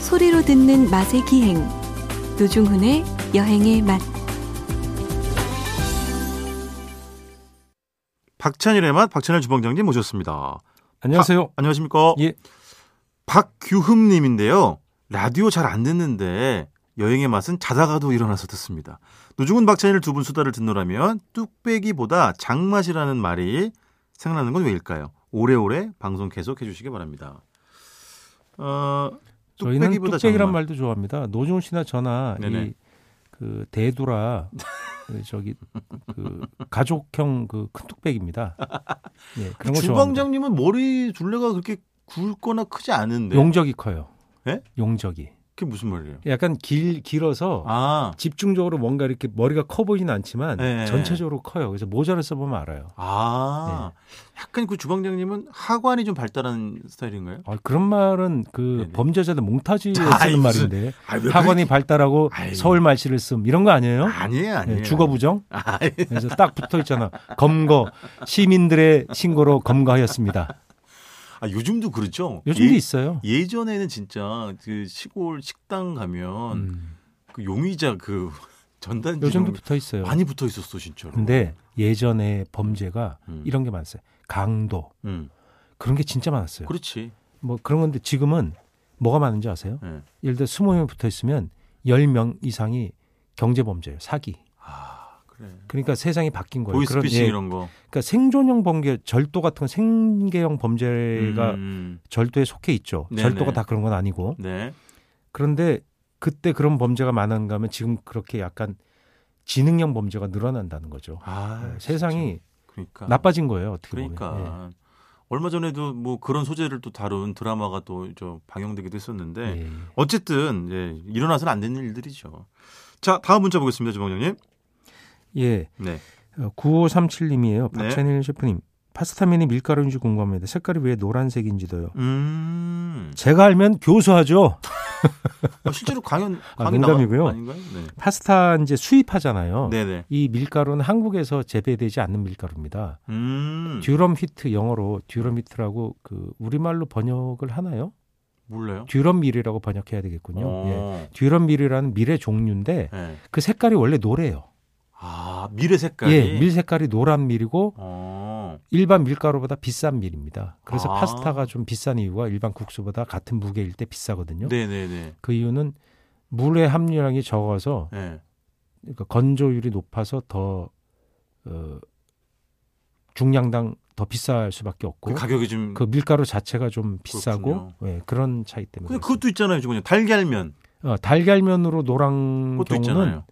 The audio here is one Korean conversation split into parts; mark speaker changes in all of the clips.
Speaker 1: 소리로 듣는 맛의 기행 노중훈의 여행의 맛
Speaker 2: 박찬일의 맛 박찬일 주방장님 모셨습니다.
Speaker 3: 안녕하세요.
Speaker 2: 아, 안녕하십니까?
Speaker 3: 예.
Speaker 2: 박규흠 님인데요. 라디오 잘 안 듣는데 여행의 맛은 자다가도 일어나서 듣습니다. 노중훈 박찬일 두 분 수다를 듣노라면 뚝배기보다 장맛이라는 말이 생각나는 건 왜일까요? 오래오래 방송 계속 해주시기 바랍니다. 어,
Speaker 3: 저희는
Speaker 2: 뚝배기보다
Speaker 3: 뚝배기란
Speaker 2: 장맛.
Speaker 3: 말도 좋아합니다. 노중 씨나 저나
Speaker 2: 네네.
Speaker 3: 이 그 대두라 그 저기 그 가족형 그 큰 뚝배기입니다. 예, 그런 거 좋아합니다.
Speaker 2: 주방장님은 머리 둘레가 그렇게 굵거나 크지 않은데
Speaker 3: 용적이 커요.
Speaker 2: 예?
Speaker 3: 용적이.
Speaker 2: 그게 무슨 말이에요?
Speaker 3: 약간 길 길어서
Speaker 2: 아,
Speaker 3: 집중적으로 뭔가 이렇게 머리가 커 보이진 않지만
Speaker 2: 네.
Speaker 3: 전체적으로 커요. 그래서 모자를 써보면 알아요.
Speaker 2: 아, 약간 그 주방장님은 하관이 좀 발달한 스타일인가요?
Speaker 3: 아, 그런 말은 그
Speaker 2: 네네.
Speaker 3: 몽타주에 몽타주에
Speaker 2: 아이,
Speaker 3: 쓰는
Speaker 2: 무슨-
Speaker 3: 말인데
Speaker 2: 아, 왜
Speaker 3: 학원이 발달하고
Speaker 2: 아이.
Speaker 3: 서울 말씨를 씀 이런 거 아니에요?
Speaker 2: 아니에요,
Speaker 3: 네,
Speaker 2: 아니에요.
Speaker 3: 주거부정
Speaker 2: 아이,
Speaker 3: 그래서 딱 붙어 있잖아. 검거 시민들의 신고로 검거하였습니다.
Speaker 2: 아, 요즘도 그렇죠.
Speaker 3: 요즘도
Speaker 2: 예,
Speaker 3: 있어요.
Speaker 2: 예전에는 진짜 그 시골 식당 가면
Speaker 3: 음,
Speaker 2: 그 용의자 그 전단지
Speaker 3: 요즘도
Speaker 2: 이런
Speaker 3: 붙어 있어요.
Speaker 2: 거 많이 붙어 있었어 진짜로.
Speaker 3: 근데 예전에 범죄가
Speaker 2: 음.
Speaker 3: 이런 게 많았어요. 강도
Speaker 2: 음,
Speaker 3: 그런 게 진짜 많았어요.
Speaker 2: 그렇지.
Speaker 3: 뭐 그런 건데 지금은 뭐가 많은지 아세요?
Speaker 2: 예.
Speaker 3: 예를 들어 20명 붙어 있으면 10명 이상이 경제 범죄, 사기.
Speaker 2: 아, 그래.
Speaker 3: 그러니까 세상이 바뀐 거예요. 그런-
Speaker 2: 보이스피싱
Speaker 3: 예.
Speaker 2: 이런 거.
Speaker 3: 그러니까 생존형 범죄, 절도 같은 건 생계형 범죄가
Speaker 2: 음,
Speaker 3: 절도에 속해 있죠.
Speaker 2: 네네.
Speaker 3: 절도가 다 그런 건 아니고.
Speaker 2: 네.
Speaker 3: 그런데 그때 그런 범죄가 많은가 하면 지금 그렇게 약간 지능형 범죄가 늘어난다는 거죠.
Speaker 2: 아,
Speaker 3: 네, 세상이
Speaker 2: 진짜. 그러니까
Speaker 3: 나빠진 거예요. 어떻게 보면.
Speaker 2: 그러니까 얼마 전에도 뭐 그런 소재를 또 다룬 드라마가 또 저 방영되기도 했었는데
Speaker 3: 예. 예.
Speaker 2: 어쨌든 예, 일어나서는 안 되는 일들이죠. 자, 다음 문자 보겠습니다, 주방장님.
Speaker 3: 예.
Speaker 2: 네.
Speaker 3: 어, 9537님이에요.
Speaker 2: 네.
Speaker 3: 박찬일 셰프님. 파스타면이 밀가루인지 궁금합니다. 색깔이 왜 노란색인지도요.
Speaker 2: 음.
Speaker 3: 제가 알면 교수하죠.
Speaker 2: 아, 실제로 강연
Speaker 3: 아,
Speaker 2: 강의
Speaker 3: 농담이고요.
Speaker 2: 나가-
Speaker 3: 어.
Speaker 2: 아닌가요? 네.
Speaker 3: 파스타 이제 수입하잖아요.
Speaker 2: 네, 네.
Speaker 3: 이 밀가루는 한국에서 재배되지 않는 밀가루입니다.
Speaker 2: 음.
Speaker 3: 듀럼 히트 영어로 듀럼 히트라고 그 우리말로 번역을 하나요?
Speaker 2: 몰라요.
Speaker 3: 듀럼 밀이라고 번역해야 되겠군요. 예.
Speaker 2: 어.
Speaker 3: 듀럼 밀이라는 밀의 종류인데
Speaker 2: 네.
Speaker 3: 그 색깔이 원래 노래요.
Speaker 2: 아, 미래 색깔이.
Speaker 3: 예, 밀 색깔이 노란 밀이고
Speaker 2: 어.
Speaker 3: 일반 밀가루보다 비싼 밀입니다. 그래서
Speaker 2: 아.
Speaker 3: 파스타가 좀 비싼 이유가 일반 국수보다 같은 무게일 때 비싸거든요.
Speaker 2: 네, 네, 네.
Speaker 3: 그 이유는 물의 함유량이 적어서
Speaker 2: 예.
Speaker 3: 그러니까 건조율이 높아서 더 어, 중량당 더 비쌀 수밖에 없고
Speaker 2: 그 가격이 좀
Speaker 3: 그 밀가루 자체가 좀 비싸고
Speaker 2: 그렇군요.
Speaker 3: 예, 그런 차이 때문에
Speaker 2: 근데 그것도 있잖아요, 주방장님. 달걀면.
Speaker 3: 그렇습니다. 어, 달걀면으로 노란
Speaker 2: 그것도
Speaker 3: 경우는
Speaker 2: 있잖아요.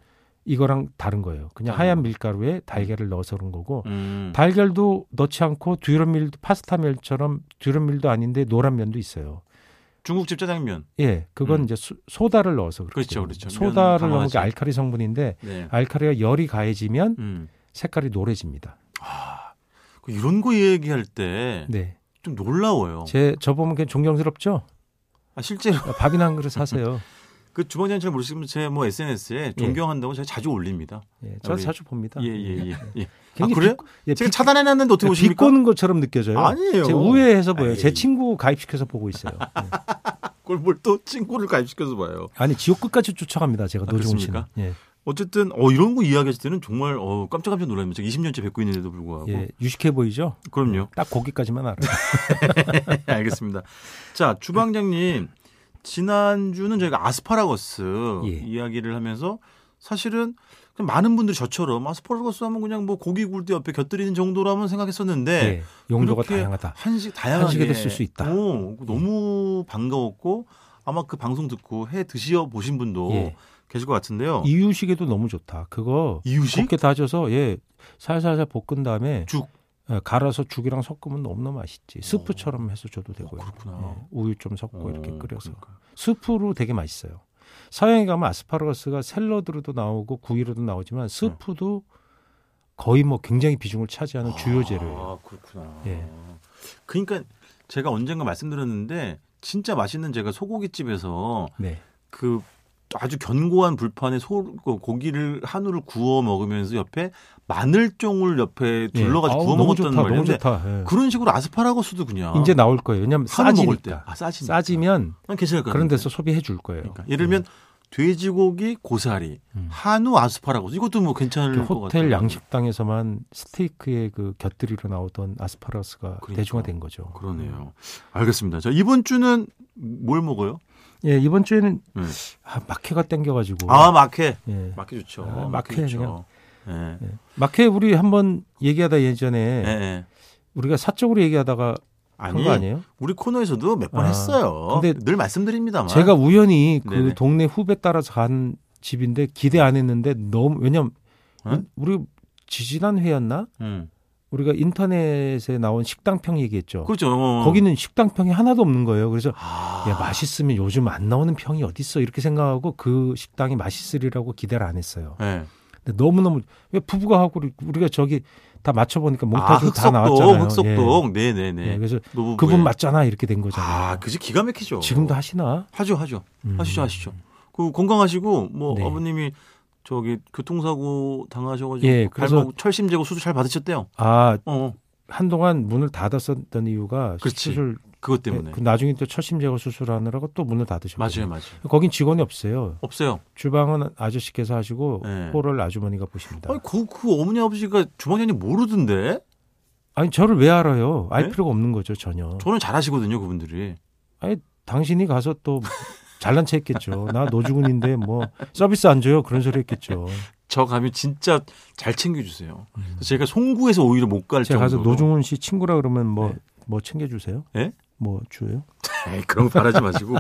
Speaker 3: 이거랑 다른 거예요. 그냥
Speaker 2: 다른
Speaker 3: 하얀
Speaker 2: 거.
Speaker 3: 밀가루에 달걀을 넣어서 그런 거고
Speaker 2: 아. 음.
Speaker 3: 달걀도 넣지 않고 듀럼밀도 파스타면처럼 듀럼밀도 아닌데 노란 면도 있어요.
Speaker 2: 중국집 짜장면.
Speaker 3: 예, 그건
Speaker 2: 음.
Speaker 3: 이제 소, 소다를 넣어서 그렇기
Speaker 2: 그렇죠,
Speaker 3: 때문에.
Speaker 2: 그렇죠. 면
Speaker 3: 소다를 넣으면
Speaker 2: 강화하지.
Speaker 3: 그 알칼리 성분인데
Speaker 2: 네.
Speaker 3: 알칼리가 열이 가해지면
Speaker 2: 음.
Speaker 3: 색깔이 노래집니다.
Speaker 2: 그 이런 거 얘기할 때 좀
Speaker 3: 네,
Speaker 2: 놀라워요.
Speaker 3: 제 저 보면 그냥 존경스럽죠.
Speaker 2: 아, 실제로
Speaker 3: 밥이나 한 그릇 사세요.
Speaker 2: 그 주방장님 잘 모르시면 제 뭐 SNS에 존경한다고 제가 자주 올립니다.
Speaker 3: 예, 저
Speaker 2: 우리-
Speaker 3: 자주 봅니다.
Speaker 2: 예, 예, 예. 예. 아,
Speaker 3: 굉장히
Speaker 2: 그래요?
Speaker 3: 비- 예,
Speaker 2: 제가 차단해 놨는데 어떻게
Speaker 3: 비
Speaker 2: 보십니까?
Speaker 3: 꼬는 것처럼 느껴져요.
Speaker 2: 아니에요.
Speaker 3: 제 우회해서 보여요. 제
Speaker 2: 에이.
Speaker 3: 친구 가입시켜서 보고 있어요. 예.
Speaker 2: 그걸 뭘 또 친구를 가입시켜서 봐요.
Speaker 3: 아니 지옥 끝까지 쫓아갑니다. 제가
Speaker 2: 아,
Speaker 3: 노종훈 씨는.
Speaker 2: 그렇습니까?
Speaker 3: 예.
Speaker 2: 어쨌든 어 이런 거 이야기하실 때는 정말 어 깜짝깜짝 놀랍니다. 제가 20년째 뵙고 있는데도 불구하고.
Speaker 3: 예, 유식해 보이죠?
Speaker 2: 그럼요.
Speaker 3: 딱 거기까지만 알아요.
Speaker 2: 알겠습니다. 자, 주방장님. 지난주는 저희가 아스파라거스
Speaker 3: 예.
Speaker 2: 이야기를 하면서 사실은 그냥 많은 분들이 저처럼 아스파라거스 하면 그냥 뭐 고기 굴 때 옆에 곁들이는 정도라면 생각했었는데
Speaker 3: 예, 용도가
Speaker 2: 네. 그렇게
Speaker 3: 다양하다.
Speaker 2: 한식 다양하게
Speaker 3: 한식에도 쓸수 있다. 예.
Speaker 2: 오, 너무 반가웠고 아마 그 방송 듣고 해 드시어 보신 분도
Speaker 3: 예.
Speaker 2: 계실 것 같은데요.
Speaker 3: 이유식에도 너무 좋다. 그거
Speaker 2: 어. 이유식
Speaker 3: 곱게 다져서 예, 살살살 볶은 다음에
Speaker 2: 죽.
Speaker 3: 예, 갈아서 죽이랑 섞으면 너무너무 맛있지. 스프처럼 해서 줘도 되고요.
Speaker 2: 어. 그렇구나.
Speaker 3: 예, 우유 좀 섞고
Speaker 2: 어,
Speaker 3: 이렇게 끓여서
Speaker 2: 그러니까.
Speaker 3: 스프로 되게 맛있어요. 서양에 가면 아스파라거스가 샐러드로도 나오고 구이로도 나오지만 스프도 거의 뭐 굉장히 비중을 차지하는 아, 주요 재료예요.
Speaker 2: 아 그렇구나.
Speaker 3: 예.
Speaker 2: 그러니까 제가 언젠가 말씀드렸는데 진짜 맛있는 제가 소고기 집에서
Speaker 3: 네.
Speaker 2: 그 아주 견고한 불판에 소그 고- 고기를 한우를 구워 먹으면서 옆에 마늘종을 옆에 둘러가지고
Speaker 3: 예. 아우,
Speaker 2: 구워
Speaker 3: 너무
Speaker 2: 먹었던
Speaker 3: 좋다, 너무
Speaker 2: 말인데
Speaker 3: 좋다. 예.
Speaker 2: 그런 식으로 아스파라거스도 그냥
Speaker 3: 이제 나올 거예요. 왜냐하면
Speaker 2: 한우
Speaker 3: 싸지니까.
Speaker 2: 먹을 때 어. 아, 싸지
Speaker 3: 싸지면
Speaker 2: 괜찮을 것
Speaker 3: 그런
Speaker 2: 같은데.
Speaker 3: 데서 소비해 줄 거예요.
Speaker 2: 그러니까 예를 들면 돼지고기 고사리,
Speaker 3: 음.
Speaker 2: 한우 아스파라거스 이것도 뭐
Speaker 3: 그
Speaker 2: 괜찮을 것 같아요.
Speaker 3: 호텔 양식당에서만 스테이크의 그 곁들이로 나오던 아스파라거스가
Speaker 2: 그러니까.
Speaker 3: 대중화된 거죠.
Speaker 2: 그러네요. 알겠습니다. 자 이번 주는 뭘 먹어요?
Speaker 3: 예, 이번 주에는
Speaker 2: 네.
Speaker 3: 아, 마케가 땡겨가지고.
Speaker 2: 아 마케.
Speaker 3: 예.
Speaker 2: 마케 좋죠.
Speaker 3: 아,
Speaker 2: 마케
Speaker 3: 마케
Speaker 2: 좋죠. 예.
Speaker 3: 예. 마케 우리 한번 얘기하다
Speaker 2: 예.
Speaker 3: 예전에
Speaker 2: 예.
Speaker 3: 우리가 사적으로 얘기하다가 네. 그런
Speaker 2: 아니
Speaker 3: 거 아니에요?
Speaker 2: 우리 코너에서도 몇 번
Speaker 3: 아,
Speaker 2: 했어요.
Speaker 3: 근데
Speaker 2: 늘 말씀드립니다만.
Speaker 3: 제가 우연히 그
Speaker 2: 네네.
Speaker 3: 동네 후배 따라서 간 집인데 기대 안 했는데 너무 왜냐면
Speaker 2: 응?
Speaker 3: 우리 지지난 회였나
Speaker 2: 음.
Speaker 3: 우리가 인터넷에 나온 식당평 얘기했죠.
Speaker 2: 그렇죠. 어.
Speaker 3: 거기는 식당평이 하나도 없는 거예요. 그래서
Speaker 2: 아,
Speaker 3: 야 맛있으면 요즘 안 나오는 평이 어디 있어 이렇게 생각하고 그 식당이 맛있으리라고 기대를 안 했어요.
Speaker 2: 예.
Speaker 3: 근데 너무 너무 왜 부부가 하고 우리- 우리가 저기 다 맞춰 보니까
Speaker 2: 아
Speaker 3: 몽타주 다
Speaker 2: 흑석동,
Speaker 3: 나왔잖아요.
Speaker 2: 흑석동,
Speaker 3: 예.
Speaker 2: 네네네.
Speaker 3: 예, 그래서
Speaker 2: 노부부의.
Speaker 3: 그분 맞잖아 이렇게 된 거잖아요.
Speaker 2: 아, 그지 기가 막히죠.
Speaker 3: 지금도 하시나?
Speaker 2: 하죠, 하죠.
Speaker 3: 음.
Speaker 2: 하시죠, 하시죠. 그 건강하시고 뭐
Speaker 3: 네.
Speaker 2: 아버님이 저기 교통사고 당하셔가지고
Speaker 3: 예, 그래서-
Speaker 2: 발목 철심제고 수술 잘 받으셨대요.
Speaker 3: 아
Speaker 2: 어, 어,
Speaker 3: 한동안 문을 닫았었던 이유가
Speaker 2: 그렇지.
Speaker 3: 수술
Speaker 2: 그것 때문에.
Speaker 3: 그 나중에 또 철심 제거 수술하느라고 또 문을 닫으셨거든요.
Speaker 2: 맞아요, 맞아요.
Speaker 3: 거긴 직원이 없어요.
Speaker 2: 없어요.
Speaker 3: 주방은 아저씨께서 하시고
Speaker 2: 네.
Speaker 3: 호를 아주머니가 보십니다.
Speaker 2: 아니 그, 그 어머니 아버지가 주방장님 모르던데
Speaker 3: 아니 저를 왜 알아요? 알
Speaker 2: 네?
Speaker 3: 필요가 없는 거죠 전혀.
Speaker 2: 저는 잘하시거든요, 그분들이.
Speaker 3: 당신이 가서 또 잘난 체 했겠죠. 나 노주군인데 뭐 서비스 안 줘요 그런 소리 했겠죠.
Speaker 2: 저 가면 진짜 잘 챙겨주세요. 그래서 제가 송구에서 오히려 못 갈
Speaker 3: 음. 제가 가서
Speaker 2: 정도로.
Speaker 3: 노중훈 씨 친구라 그러면 뭐 뭐
Speaker 2: 네.
Speaker 3: 챙겨주세요?
Speaker 2: 예?
Speaker 3: 뭐 줘요?
Speaker 2: 에이, 그런 거 바라지 마시고.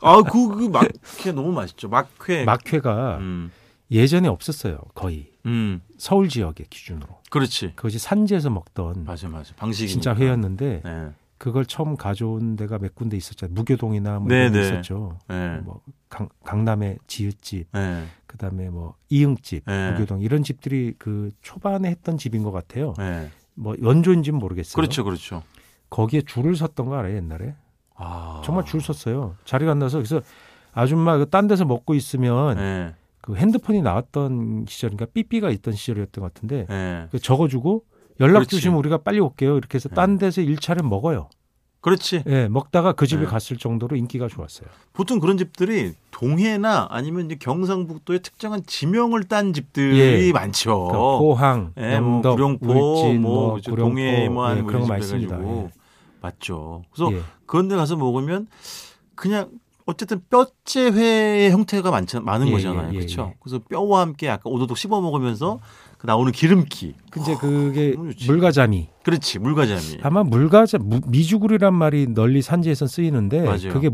Speaker 2: 아, 그, 그 막회 너무 맛있죠. 막회.
Speaker 3: 막회가
Speaker 2: 네. 음,
Speaker 3: 예전에 없었어요 거의
Speaker 2: 음,
Speaker 3: 서울 지역의 기준으로
Speaker 2: 그렇지.
Speaker 3: 그것이 산지에서 먹던
Speaker 2: 맞아, 맞아. 방식이.
Speaker 3: 진짜 회였는데
Speaker 2: 네,
Speaker 3: 그걸 처음 가져온 데가 몇 군데 있었잖아요. 무교동이나 뭐
Speaker 2: 네,
Speaker 3: 이런 데
Speaker 2: 네.
Speaker 3: 있었죠.
Speaker 2: 네,
Speaker 3: 뭐 강, 강남의 지읒집,
Speaker 2: 네,
Speaker 3: 그다음에 뭐 이응집,
Speaker 2: 네.
Speaker 3: 무교동 이런 집들이 그 초반에 했던 집인 것 같아요.
Speaker 2: 네.
Speaker 3: 뭐 연조인지는 모르겠어요.
Speaker 2: 그렇죠, 그렇죠.
Speaker 3: 거기에 줄을 섰던 거 알아요 옛날에?
Speaker 2: 아,
Speaker 3: 정말 줄 섰어요. 자리가 안 나서 그래서 아줌마 그 딴 데서 먹고 있으면
Speaker 2: 네,
Speaker 3: 그 핸드폰이 나왔던 시절인가 삐삐가 있던 시절이었던 것 같은데
Speaker 2: 네.
Speaker 3: 그 적어주고 연락
Speaker 2: 그렇지.
Speaker 3: 주시면 우리가 빨리 올게요. 이렇게 해서
Speaker 2: 네.
Speaker 3: 딴 데서 일차를 먹어요.
Speaker 2: 그렇지.
Speaker 3: 예, 먹다가 그 집에
Speaker 2: 네.
Speaker 3: 갔을 정도로 인기가 좋았어요.
Speaker 2: 보통 그런 집들이 동해나 아니면 이제 경상북도의 특정한 지명을 딴 집들이
Speaker 3: 예.
Speaker 2: 많죠.
Speaker 3: 그러니까 포항,
Speaker 2: 어. 예, 뭐
Speaker 3: 영덕,
Speaker 2: 구룡포,
Speaker 3: 울진,
Speaker 2: 뭐,
Speaker 3: 뭐
Speaker 2: 그죠,
Speaker 3: 구룡포,
Speaker 2: 동해 뭐 하는
Speaker 3: 예,
Speaker 2: 뭐
Speaker 3: 그런 거
Speaker 2: 이런 집
Speaker 3: 많습니다.
Speaker 2: 해가지고.
Speaker 3: 예.
Speaker 2: 맞죠. 그래서
Speaker 3: 예.
Speaker 2: 그런데 가서 먹으면 그냥 어쨌든 뼈째 회의 형태가 많은
Speaker 3: 예,
Speaker 2: 거잖아요.
Speaker 3: 예, 예,
Speaker 2: 그렇죠?
Speaker 3: 예.
Speaker 2: 그래서 뼈와 함께 약간 오도독 씹어 먹으면서 그 나오는 기름기.
Speaker 3: 근데 그게
Speaker 2: 너무 좋지.
Speaker 3: 물가자미.
Speaker 2: 그렇지. 물과자미.
Speaker 3: 아마 물가자 무- 미주구리란 말이 널리 산지에선 쓰이는데
Speaker 2: 맞아요.
Speaker 3: 그게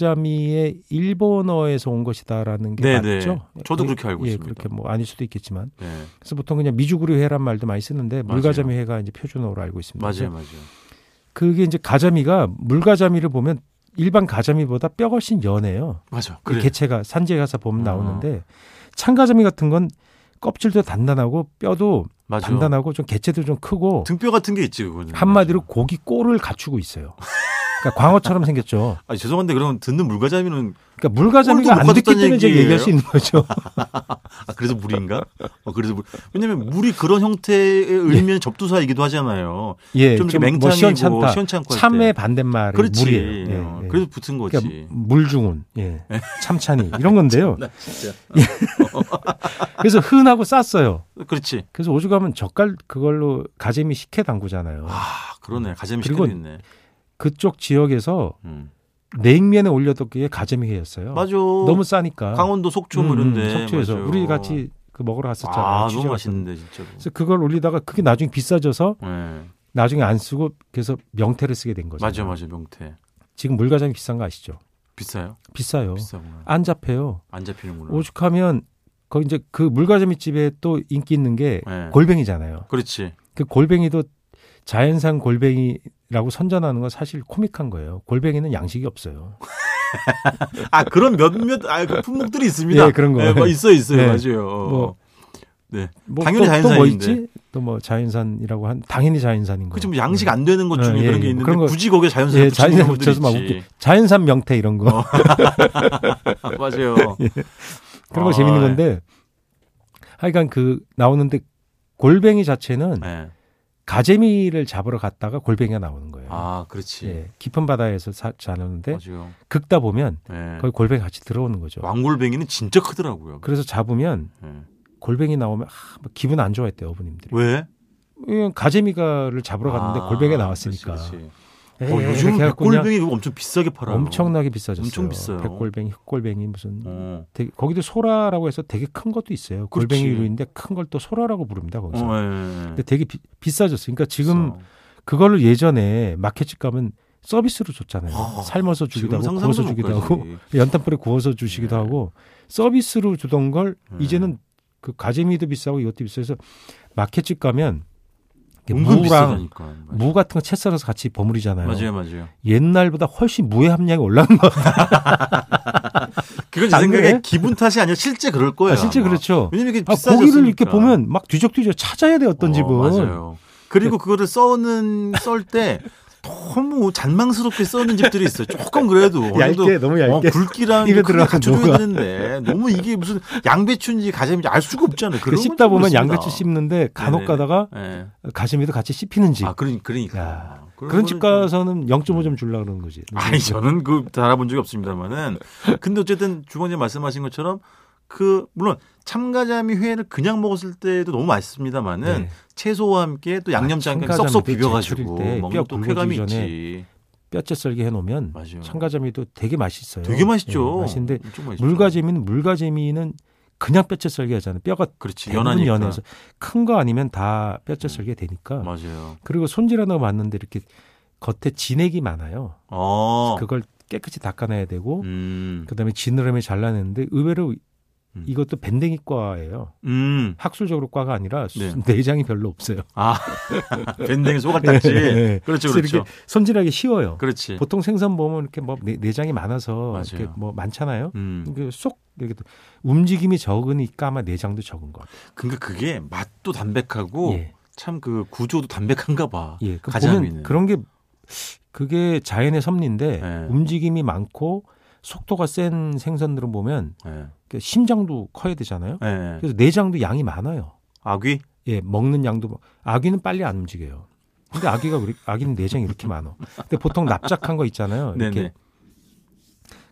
Speaker 3: 물가자미의 일본어에서 온 것이다라는 게
Speaker 2: 네네.
Speaker 3: 맞죠?
Speaker 2: 저도
Speaker 3: 그게-
Speaker 2: 그렇게 알고
Speaker 3: 예,
Speaker 2: 있습니다.
Speaker 3: 그렇게 뭐 아닐 수도 있겠지만
Speaker 2: 네.
Speaker 3: 그래서 보통 그냥 미주구리회란 말도 많이 쓰는데
Speaker 2: 맞아요.
Speaker 3: 물가자미회가 이제 표준어로 알고 있습니다.
Speaker 2: 맞아요,
Speaker 3: 그래서
Speaker 2: 맞아요.
Speaker 3: 그게 이제 가자미가 물가자미를 보면 일반 가자미보다 뼈가 훨씬 연해요.
Speaker 2: 맞아.
Speaker 3: 그
Speaker 2: 그래.
Speaker 3: 개체가 산지에 가서 보면
Speaker 2: 어.
Speaker 3: 나오는데 참가자미 같은 건 껍질도 단단하고 뼈도
Speaker 2: 맞아.
Speaker 3: 단단하고 좀 개체도 좀 크고
Speaker 2: 등뼈 같은 게 있지 그거는.
Speaker 3: 음, 한마디로
Speaker 2: 맞아.
Speaker 3: 고기 꼴을 갖추고 있어요. 그러니까 광어처럼 생겼죠.
Speaker 2: 아 죄송한데 그럼 듣는 물과자미는 꼴도
Speaker 3: 그러니까
Speaker 2: 못
Speaker 3: 물가자미가 안 듣기
Speaker 2: 가졌다는
Speaker 3: 때문에 제가
Speaker 2: 얘기예요?
Speaker 3: 얘기할 수 있는 거죠.
Speaker 2: 아 그래서 물인가? 어 그래서 물. 왜냐면 물이 그런 형태의 의미는 접두사이기도 하잖아요.
Speaker 3: 예,
Speaker 2: 좀 이렇게
Speaker 3: 뭐
Speaker 2: 맹탕이고
Speaker 3: 시원찮다.
Speaker 2: 시원찮고 할
Speaker 3: 참의
Speaker 2: 때.
Speaker 3: 반대말이
Speaker 2: 그렇지.
Speaker 3: 물이에요. 예,
Speaker 2: 어,
Speaker 3: 예.
Speaker 2: 그래서 붙은 거지.
Speaker 3: 그러니까 물중운, 예, 참찬이 이런 건데요. 예.
Speaker 2: 나 진짜.
Speaker 3: 그래서 흔하고 쌌어요.
Speaker 2: 그렇지.
Speaker 3: 그래서 오죽하면 젓갈 그걸로 가재미 식혜 담그잖아요.
Speaker 2: 아 그러네. 가자미
Speaker 3: 그리고-
Speaker 2: 시켜도 있네.
Speaker 3: 그쪽 지역에서
Speaker 2: 음.
Speaker 3: 냉면에 올려던 게 가재미회였어요.
Speaker 2: 맞아.
Speaker 3: 너무 싸니까.
Speaker 2: 강원도 속초 뭐
Speaker 3: 음,
Speaker 2: 이런데
Speaker 3: 속초에서
Speaker 2: 맞아요.
Speaker 3: 우리 같이 그 먹으러 갔었잖아요.
Speaker 2: 아
Speaker 3: 취재
Speaker 2: 너무
Speaker 3: 갔을 때.
Speaker 2: 맛있는데 진짜로.
Speaker 3: 그래서 그걸 올리다가 그게 나중에 비싸져서
Speaker 2: 네.
Speaker 3: 나중에 안 쓰고 그래서 명태를 쓰게 된 거죠.
Speaker 2: 맞아 맞아 명태
Speaker 3: 지금 물가장이 비싼 거 아시죠?
Speaker 2: 비싸요?
Speaker 3: 비싸요.
Speaker 2: 비싸구나.
Speaker 3: 안 잡혀요.
Speaker 2: 안 잡히는구나.
Speaker 3: 어? 오죽하면 거 이제 그 물가자미 집에 또 인기 있는 게
Speaker 2: 네.
Speaker 3: 골뱅이잖아요.
Speaker 2: 그렇지.
Speaker 3: 그 골뱅이도 자연산 골뱅이라고 선전하는 건 사실 코믹한 거예요. 골뱅이는 양식이 없어요.
Speaker 2: 아 그런 몇몇 아, 그 품목들이 있습니다.
Speaker 3: 예, 그런 거.
Speaker 2: 예, 뭐 있어 있어요
Speaker 3: 예.
Speaker 2: 맞아요.
Speaker 3: 뭐
Speaker 2: 네.
Speaker 3: 뭐
Speaker 2: 당연히
Speaker 3: 또, 또뭐
Speaker 2: 자연산인데.
Speaker 3: 있지? 또 뭐 자연산이라고 한 당연히 자연산인 거.
Speaker 2: 그치 뭐 양식 안 되는 것 중에
Speaker 3: 어. 예,
Speaker 2: 그런 게
Speaker 3: 예.
Speaker 2: 있는데
Speaker 3: 그런 거-
Speaker 2: 굳이 거기에 자연산
Speaker 3: 예,
Speaker 2: 예, 붙이는
Speaker 3: 자연산
Speaker 2: 분들
Speaker 3: 붙여서 막
Speaker 2: 있지.
Speaker 3: 웃기. 자연산 명태 이런 거.
Speaker 2: 어. 아, 맞아요.
Speaker 3: 예. 그런 거
Speaker 2: 아,
Speaker 3: 재밌는
Speaker 2: 예.
Speaker 3: 건데 하여간 그 나오는데 골뱅이 자체는
Speaker 2: 네.
Speaker 3: 가재미를 잡으러 갔다가 골뱅이가 나오는 거예요.
Speaker 2: 아 그렇지.
Speaker 3: 예, 깊은 바다에서 사, 자는데
Speaker 2: 맞아요.
Speaker 3: 긁다 보면
Speaker 2: 예.
Speaker 3: 거의 골뱅이 같이 들어오는 거죠.
Speaker 2: 왕골뱅이는 진짜 크더라고요.
Speaker 3: 그래서 잡으면
Speaker 2: 예.
Speaker 3: 골뱅이 나오면 아, 막 기분 안 좋아했대요 어부님들이.
Speaker 2: 왜?
Speaker 3: 예, 가재미가를 잡으러 갔는데
Speaker 2: 아,
Speaker 3: 골뱅이 나왔으니까.
Speaker 2: 그렇지, 그렇지.
Speaker 3: 에이,
Speaker 2: 어, 요즘
Speaker 3: 이렇게 해갖고 그냥
Speaker 2: 백골뱅이 그거 엄청 비싸게 팔아요.
Speaker 3: 엄청나게 비싸졌어요.
Speaker 2: 엄청 비싸요.
Speaker 3: 백골뱅이, 흑골뱅이 무슨
Speaker 2: 어,
Speaker 3: 되게- 거기도 소라라고 해서 되게 큰 것도 있어요.
Speaker 2: 그렇지.
Speaker 3: 골뱅이류인데 큰 걸 또 소라라고 부릅니다
Speaker 2: 어,
Speaker 3: 거기서.
Speaker 2: 예, 예, 예.
Speaker 3: 근데 되게 비, 비싸졌어요. 그러니까 지금
Speaker 2: 비싸.
Speaker 3: 그거를 예전에 마켓집 가면 서비스로 줬잖아요.
Speaker 2: 와,
Speaker 3: 삶아서
Speaker 2: 지금은
Speaker 3: 주기도 하고
Speaker 2: 상상도
Speaker 3: 구워서
Speaker 2: 못
Speaker 3: 주기도
Speaker 2: 가지.
Speaker 3: 하고 연탄불에 구워서 주시기도
Speaker 2: 네.
Speaker 3: 하고 서비스로 주던 걸
Speaker 2: 네.
Speaker 3: 이제는 그 가재미도 비싸고 이것도 비싸서 마켓집 가면 이렇게
Speaker 2: 은근
Speaker 3: 무랑
Speaker 2: 비싸니까. 맞아요.
Speaker 3: 무 네. 같은 거 채 썰어서 같이 버무리잖아요.
Speaker 2: 맞아요, 맞아요.
Speaker 3: 옛날보다 훨씬 무의 함량이 올라간 거
Speaker 2: 그건 제
Speaker 3: 안
Speaker 2: 생각에
Speaker 3: 그래?
Speaker 2: 기분 탓이 아니라 실제 그럴 거예요.
Speaker 3: 아, 실제
Speaker 2: 아마.
Speaker 3: 그렇죠.
Speaker 2: 왜냐면 이게
Speaker 3: 아,
Speaker 2: 비싸졌으니까.
Speaker 3: 고기를 이렇게 보면 막 뒤적뒤적 찾아야 돼 어떤
Speaker 2: 어,
Speaker 3: 집은. 네.
Speaker 2: 맞아요. 그리고 그거를 써는 썰 때 너무 잔망스럽게 써는 집들이 있어요. 조금 그래도 어느 정도
Speaker 3: 얇게 너무
Speaker 2: 어,
Speaker 3: 얇게.
Speaker 2: 굵기랑 크기를
Speaker 3: 입에 들어가는
Speaker 2: 갖춰줘야
Speaker 3: 뭐가.
Speaker 2: 되는데 너무 이게 무슨 양배추인지 가재미인지 알 수가 없잖아요.
Speaker 3: 그
Speaker 2: 그런 건
Speaker 3: 씹다 보면
Speaker 2: 그렇습니다.
Speaker 3: 양배추 씹는데 간혹
Speaker 2: 네네.
Speaker 3: 가다가
Speaker 2: 예.
Speaker 3: 가재미도 같이 씹히는 집.
Speaker 2: 아, 그러니, 그러니까.
Speaker 3: 야,
Speaker 2: 그런
Speaker 3: 그런
Speaker 2: 거는
Speaker 3: 집
Speaker 2: 좀- 네.
Speaker 3: 가서는 음. 0.5점 줄라 그러는 거지.
Speaker 2: 아니 저는 그 달아본 적이 없습니다만은 근데 어쨌든 주방장님 말씀하신 것처럼 그 물론 참가자미 회를 그냥 먹었을 때도 너무 맛있습니다만은
Speaker 3: 네.
Speaker 2: 채소와 함께 또 양념장까지
Speaker 3: 참가자미
Speaker 2: 쏙쏙
Speaker 3: 때
Speaker 2: 비벼가지고
Speaker 3: 제출일 때
Speaker 2: 먹는
Speaker 3: 뼈
Speaker 2: 또
Speaker 3: 굵어지기
Speaker 2: 쾌감이
Speaker 3: 전에
Speaker 2: 있지.
Speaker 3: 뼈째 썰기 해놓으면
Speaker 2: 맞아요.
Speaker 3: 참가자미도 되게 맛있어요.
Speaker 2: 되게 맛있죠. 네,
Speaker 3: 예, 맛있는데
Speaker 2: 엄청 맛있죠.
Speaker 3: 물가재미는 물가재미는 그냥 뼈째 썰기 하잖아요. 뼈가
Speaker 2: 그렇지
Speaker 3: 대부분
Speaker 2: 연하니까
Speaker 3: 연해서 큰 거 아니면 다
Speaker 2: 음.
Speaker 3: 뼈째 썰기 되니까.
Speaker 2: 맞아요.
Speaker 3: 그리고 손질하는 거 맞는데 이렇게 겉에 진액이 많아요.
Speaker 2: 어,
Speaker 3: 그걸 깨끗이 닦아내야 되고
Speaker 2: 음,
Speaker 3: 그다음에 지느러미 잘라내는데 의외로
Speaker 2: 음.
Speaker 3: 이것도 밴댕이과예요.
Speaker 2: 음,
Speaker 3: 학술적으로 과가 아니라 수-
Speaker 2: 네.
Speaker 3: 내장이 별로 없어요.
Speaker 2: 아, 밴댕이 소갈딱지.
Speaker 3: 예.
Speaker 2: 그렇죠,
Speaker 3: 그래서
Speaker 2: 그렇죠.
Speaker 3: 이렇게 손질하기 쉬워요.
Speaker 2: 그렇지.
Speaker 3: 보통 생선 보면 이렇게 뭐 내- 내장이 많아서
Speaker 2: 맞아요.
Speaker 3: 이렇게 뭐 많잖아요.
Speaker 2: 음.
Speaker 3: 이게 쏙 이렇게 또 움직임이 적으니까 아마 내장도 적은 것 같아요.
Speaker 2: 그러니까 그게 맛도 담백하고
Speaker 3: 예.
Speaker 2: 참 그 구조도 담백한가 봐.
Speaker 3: 예. 그
Speaker 2: 가자미는.
Speaker 3: 보면 그런 게 그게 자연의 섭리인데
Speaker 2: 예.
Speaker 3: 움직임이 많고 속도가 센 생선들은 보면
Speaker 2: 예.
Speaker 3: 그 심장도 커야 되잖아요.
Speaker 2: 예.
Speaker 3: 그래서 내장도 양이 많아요.
Speaker 2: 아귀?
Speaker 3: 예, 먹는 양도 많- 아귀는 빨리 안 움직여요. 근데 아귀가 우리 아귀는 내장이 이렇게 많어. 근데 보통 납작한 거 있잖아요. 이렇게
Speaker 2: 네네.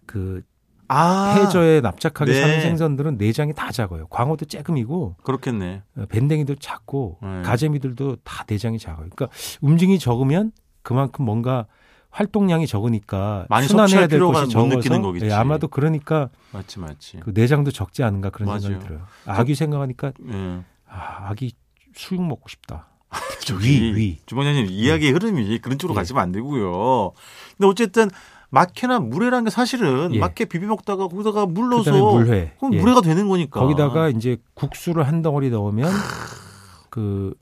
Speaker 3: 그
Speaker 2: 아,
Speaker 3: 해저에 납작하게
Speaker 2: 네.
Speaker 3: 사는 생선들은 내장이 다 작아요. 광어도 쬐금이고
Speaker 2: 그렇겠네.
Speaker 3: 어, 밴댕이도 작고
Speaker 2: 네.
Speaker 3: 가재미들도 다 내장이 작아요. 그러니까 움직임이 적으면 그만큼 뭔가 활동량이 적으니까
Speaker 2: 많이
Speaker 3: 순환해야
Speaker 2: 섭취할
Speaker 3: 될
Speaker 2: 필요가
Speaker 3: 것이
Speaker 2: 못
Speaker 3: 적어서
Speaker 2: 느끼는 거겠지.
Speaker 3: 예, 아마도 그러니까
Speaker 2: 맞지, 맞지.
Speaker 3: 그 내장도 적지 않은가 그런
Speaker 2: 맞아요.
Speaker 3: 생각이 들어요. 아기 생각하니까
Speaker 2: 예.
Speaker 3: 아, 아기 수육 먹고 싶다.
Speaker 2: 저기
Speaker 3: 위, 위.
Speaker 2: 주방장님 이야기의 흐름이 그런 쪽으로
Speaker 3: 예.
Speaker 2: 가시면 안 되고요. 근데 어쨌든 마케나 물회라는 게 사실은
Speaker 3: 예.
Speaker 2: 마케 비벼 먹다가 거기다가 물 넣어서
Speaker 3: 그다음에 물회.
Speaker 2: 그럼
Speaker 3: 예.
Speaker 2: 물회가 되는 거니까.
Speaker 3: 거기다가 이제 국수를 한 덩어리 넣으면 그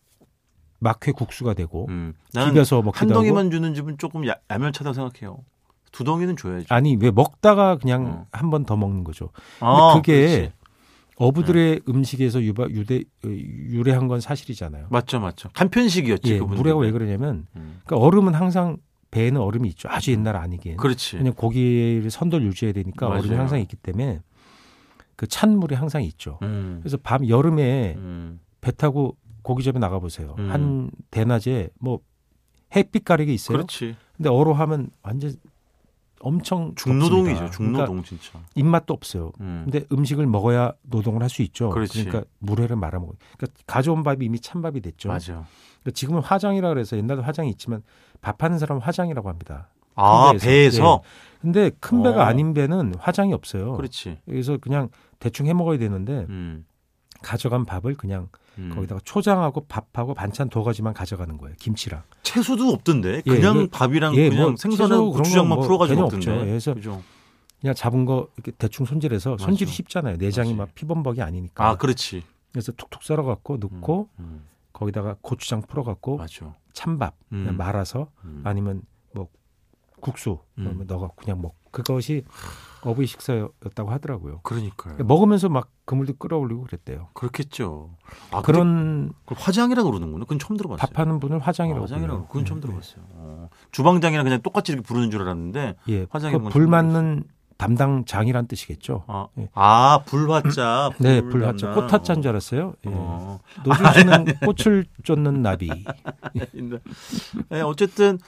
Speaker 3: 막회 국수가 되고
Speaker 2: 음, 나는
Speaker 3: 비벼서 먹기도
Speaker 2: 한
Speaker 3: 하고
Speaker 2: 덩이만 주는 집은 조금 야, 야멸차다고 생각해요. 두 덩이는 줘야지.
Speaker 3: 아니 왜 먹다가 그냥
Speaker 2: 어.
Speaker 3: 한 번 더 먹는 거죠. 근데
Speaker 2: 아,
Speaker 3: 그게
Speaker 2: 그렇지. 네.
Speaker 3: 어부들의 음식에서 유바, 유대, 유래한 건 사실이잖아요.
Speaker 2: 맞죠, 맞죠. 간편식이었지
Speaker 3: 예,
Speaker 2: 그분.
Speaker 3: 물회가 왜 그러냐면
Speaker 2: 음.
Speaker 3: 그러니까 얼음은 항상 배에는 얼음이 있죠. 아주 옛날 아니긴.
Speaker 2: 그렇지.
Speaker 3: 왜냐면 고기를 선도를 유지해야 되니까 얼음이
Speaker 2: 맞아요.
Speaker 3: 항상 있기 때문에 그 찬물이 항상 있죠.
Speaker 2: 음.
Speaker 3: 그래서 예. 밤 여름에
Speaker 2: 음.
Speaker 3: 배 타고 고기점에 나가 보세요.
Speaker 2: 음. 그렇죠.
Speaker 3: 한 대낮에 뭐 햇빛 가리게 있어요.
Speaker 2: 그렇지.
Speaker 3: 근데 어로하면 완전 엄청
Speaker 2: 중노동이죠.
Speaker 3: 덥습니다. 그러니까
Speaker 2: 중노동 진짜.
Speaker 3: 입맛도 없어요.
Speaker 2: 음.
Speaker 3: 근데 음식을 먹어야 노동을 할 수 있죠.
Speaker 2: 그렇지.
Speaker 3: 그러니까 물회를 말아 먹어. 그러니까 가져온 밥이 이미 찬밥이 됐죠.
Speaker 2: 맞아.
Speaker 3: 그러니까 지금은 화장이라 그래서 옛날도 화장이 있지만 밥하는 사람 화장이라고 합니다.
Speaker 2: 아
Speaker 3: 배에서. 예.
Speaker 2: 배에서.
Speaker 3: 근데 큰 배가
Speaker 2: 어.
Speaker 3: 아닌 배는 화장이 없어요. 예.
Speaker 2: 그렇지.
Speaker 3: 그래서 그냥 대충 해 먹어야 되는데
Speaker 2: 음.
Speaker 3: 가져간 밥을 그냥
Speaker 2: 음.
Speaker 3: 거기다가 초장하고 밥하고 반찬 두 가지만 가져가는 거예요. 김치랑.
Speaker 2: 채소도 없던데
Speaker 3: 예,
Speaker 2: 그냥
Speaker 3: 이게-
Speaker 2: 밥이랑
Speaker 3: 예,
Speaker 2: 그냥
Speaker 3: 뭐 채소
Speaker 2: 생선하고
Speaker 3: 그런
Speaker 2: 고추장만
Speaker 3: 건뭐
Speaker 2: 풀어가지고
Speaker 3: 전혀
Speaker 2: 먹던데.
Speaker 3: 없죠. 예, 그래서
Speaker 2: 그죠?
Speaker 3: 그냥 잡은 거 이렇게 대충 손질해서
Speaker 2: 맞아.
Speaker 3: 손질이 쉽잖아요. 내장이
Speaker 2: 맞아.
Speaker 3: 막 피범벅이 아니니까.
Speaker 2: 아 그렇지.
Speaker 3: 그래서 툭툭 썰어 갖고 넣고
Speaker 2: 음,
Speaker 3: 거기다가 고추장 풀어 갖고
Speaker 2: 맞아.
Speaker 3: 찬밥 그냥
Speaker 2: 음.
Speaker 3: 말아서
Speaker 2: 음.
Speaker 3: 아니면 뭐 국수
Speaker 2: 음.
Speaker 3: 음. 넣어 그냥 먹. 그것이 어부의 식사였다고 하더라고요.
Speaker 2: 그러니까요.
Speaker 3: 먹으면서 막 그물도 끌어올리고 그랬대요.
Speaker 2: 그렇겠죠. 아, 그런
Speaker 3: 그런
Speaker 2: 걸 화장이라고 그러는구나. 그건 처음 들어봤어요. 아,
Speaker 3: 밥하는 분을 화장이라고.
Speaker 2: 화장이라고
Speaker 3: 불러요.
Speaker 2: 그건 처음
Speaker 3: 네.
Speaker 2: 들어봤어요. 어. 주방장이랑 그냥 똑같이 이렇게 부르는 줄 알았는데
Speaker 3: 예,
Speaker 2: 화장이라는 건
Speaker 3: 불
Speaker 2: 처음
Speaker 3: 맞는 담당장이란 뜻이겠죠.
Speaker 2: 아,
Speaker 3: 예.
Speaker 2: 아 불화자.
Speaker 3: 네,
Speaker 2: 불
Speaker 3: 불화자
Speaker 2: 났나?
Speaker 3: 꽃화자인 줄 알았어요. 예.
Speaker 2: 어.
Speaker 3: 노주씨는 꽃을 쫓는 나비. 예.
Speaker 2: 있는데. 네, 어쨌든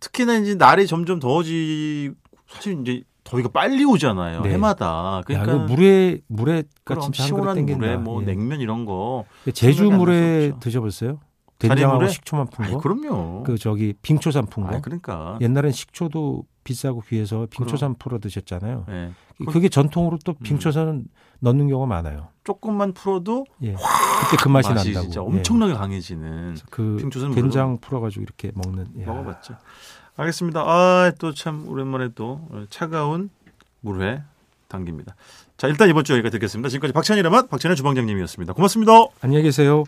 Speaker 2: 특히나 이제 날이 점점 더워지 사실 이제 더위가 빨리 오잖아요
Speaker 3: 네.
Speaker 2: 해마다
Speaker 3: 야,
Speaker 2: 그러니까
Speaker 3: 이거 물에 물에
Speaker 2: 그럼
Speaker 3: 같이
Speaker 2: 시원한 물에 뭐
Speaker 3: 예.
Speaker 2: 냉면 이런 거
Speaker 3: 제주
Speaker 2: 생각이 안날수
Speaker 3: 물에
Speaker 2: 없죠.
Speaker 3: 드셔보세요.
Speaker 2: 다리
Speaker 3: 된장하고
Speaker 2: 물에?
Speaker 3: 식초만 푼
Speaker 2: 아니
Speaker 3: 거.
Speaker 2: 그럼요
Speaker 3: 그 저기 빙초산 푼 거. 예.
Speaker 2: 아니, 그러니까
Speaker 3: 옛날엔 식초도 비싸고 귀해서 빙초산 풀어 드셨잖아요.
Speaker 2: 예.
Speaker 3: 그게 전통으로
Speaker 2: 음.
Speaker 3: 또 빙초산은 넣는 경우가 많아요.
Speaker 2: 조금만 풀어도
Speaker 3: 예. 그때 그 맛이, 난다고.
Speaker 2: 진짜
Speaker 3: 예.
Speaker 2: 엄청나게 강해지는
Speaker 3: 그래서 그
Speaker 2: 빙초산 물로
Speaker 3: 된장 풀어가지고 이렇게 먹는. 예.
Speaker 2: 먹어봤죠 알겠습니다 아 또 참 오랜만에 또 차가운 물회 당깁니다 자 일단 이번 주 여기까지 듣겠습니다 지금까지 박찬일의 맛 박찬일 주방장님이었습니다 고맙습니다.
Speaker 3: 안녕히 계세요.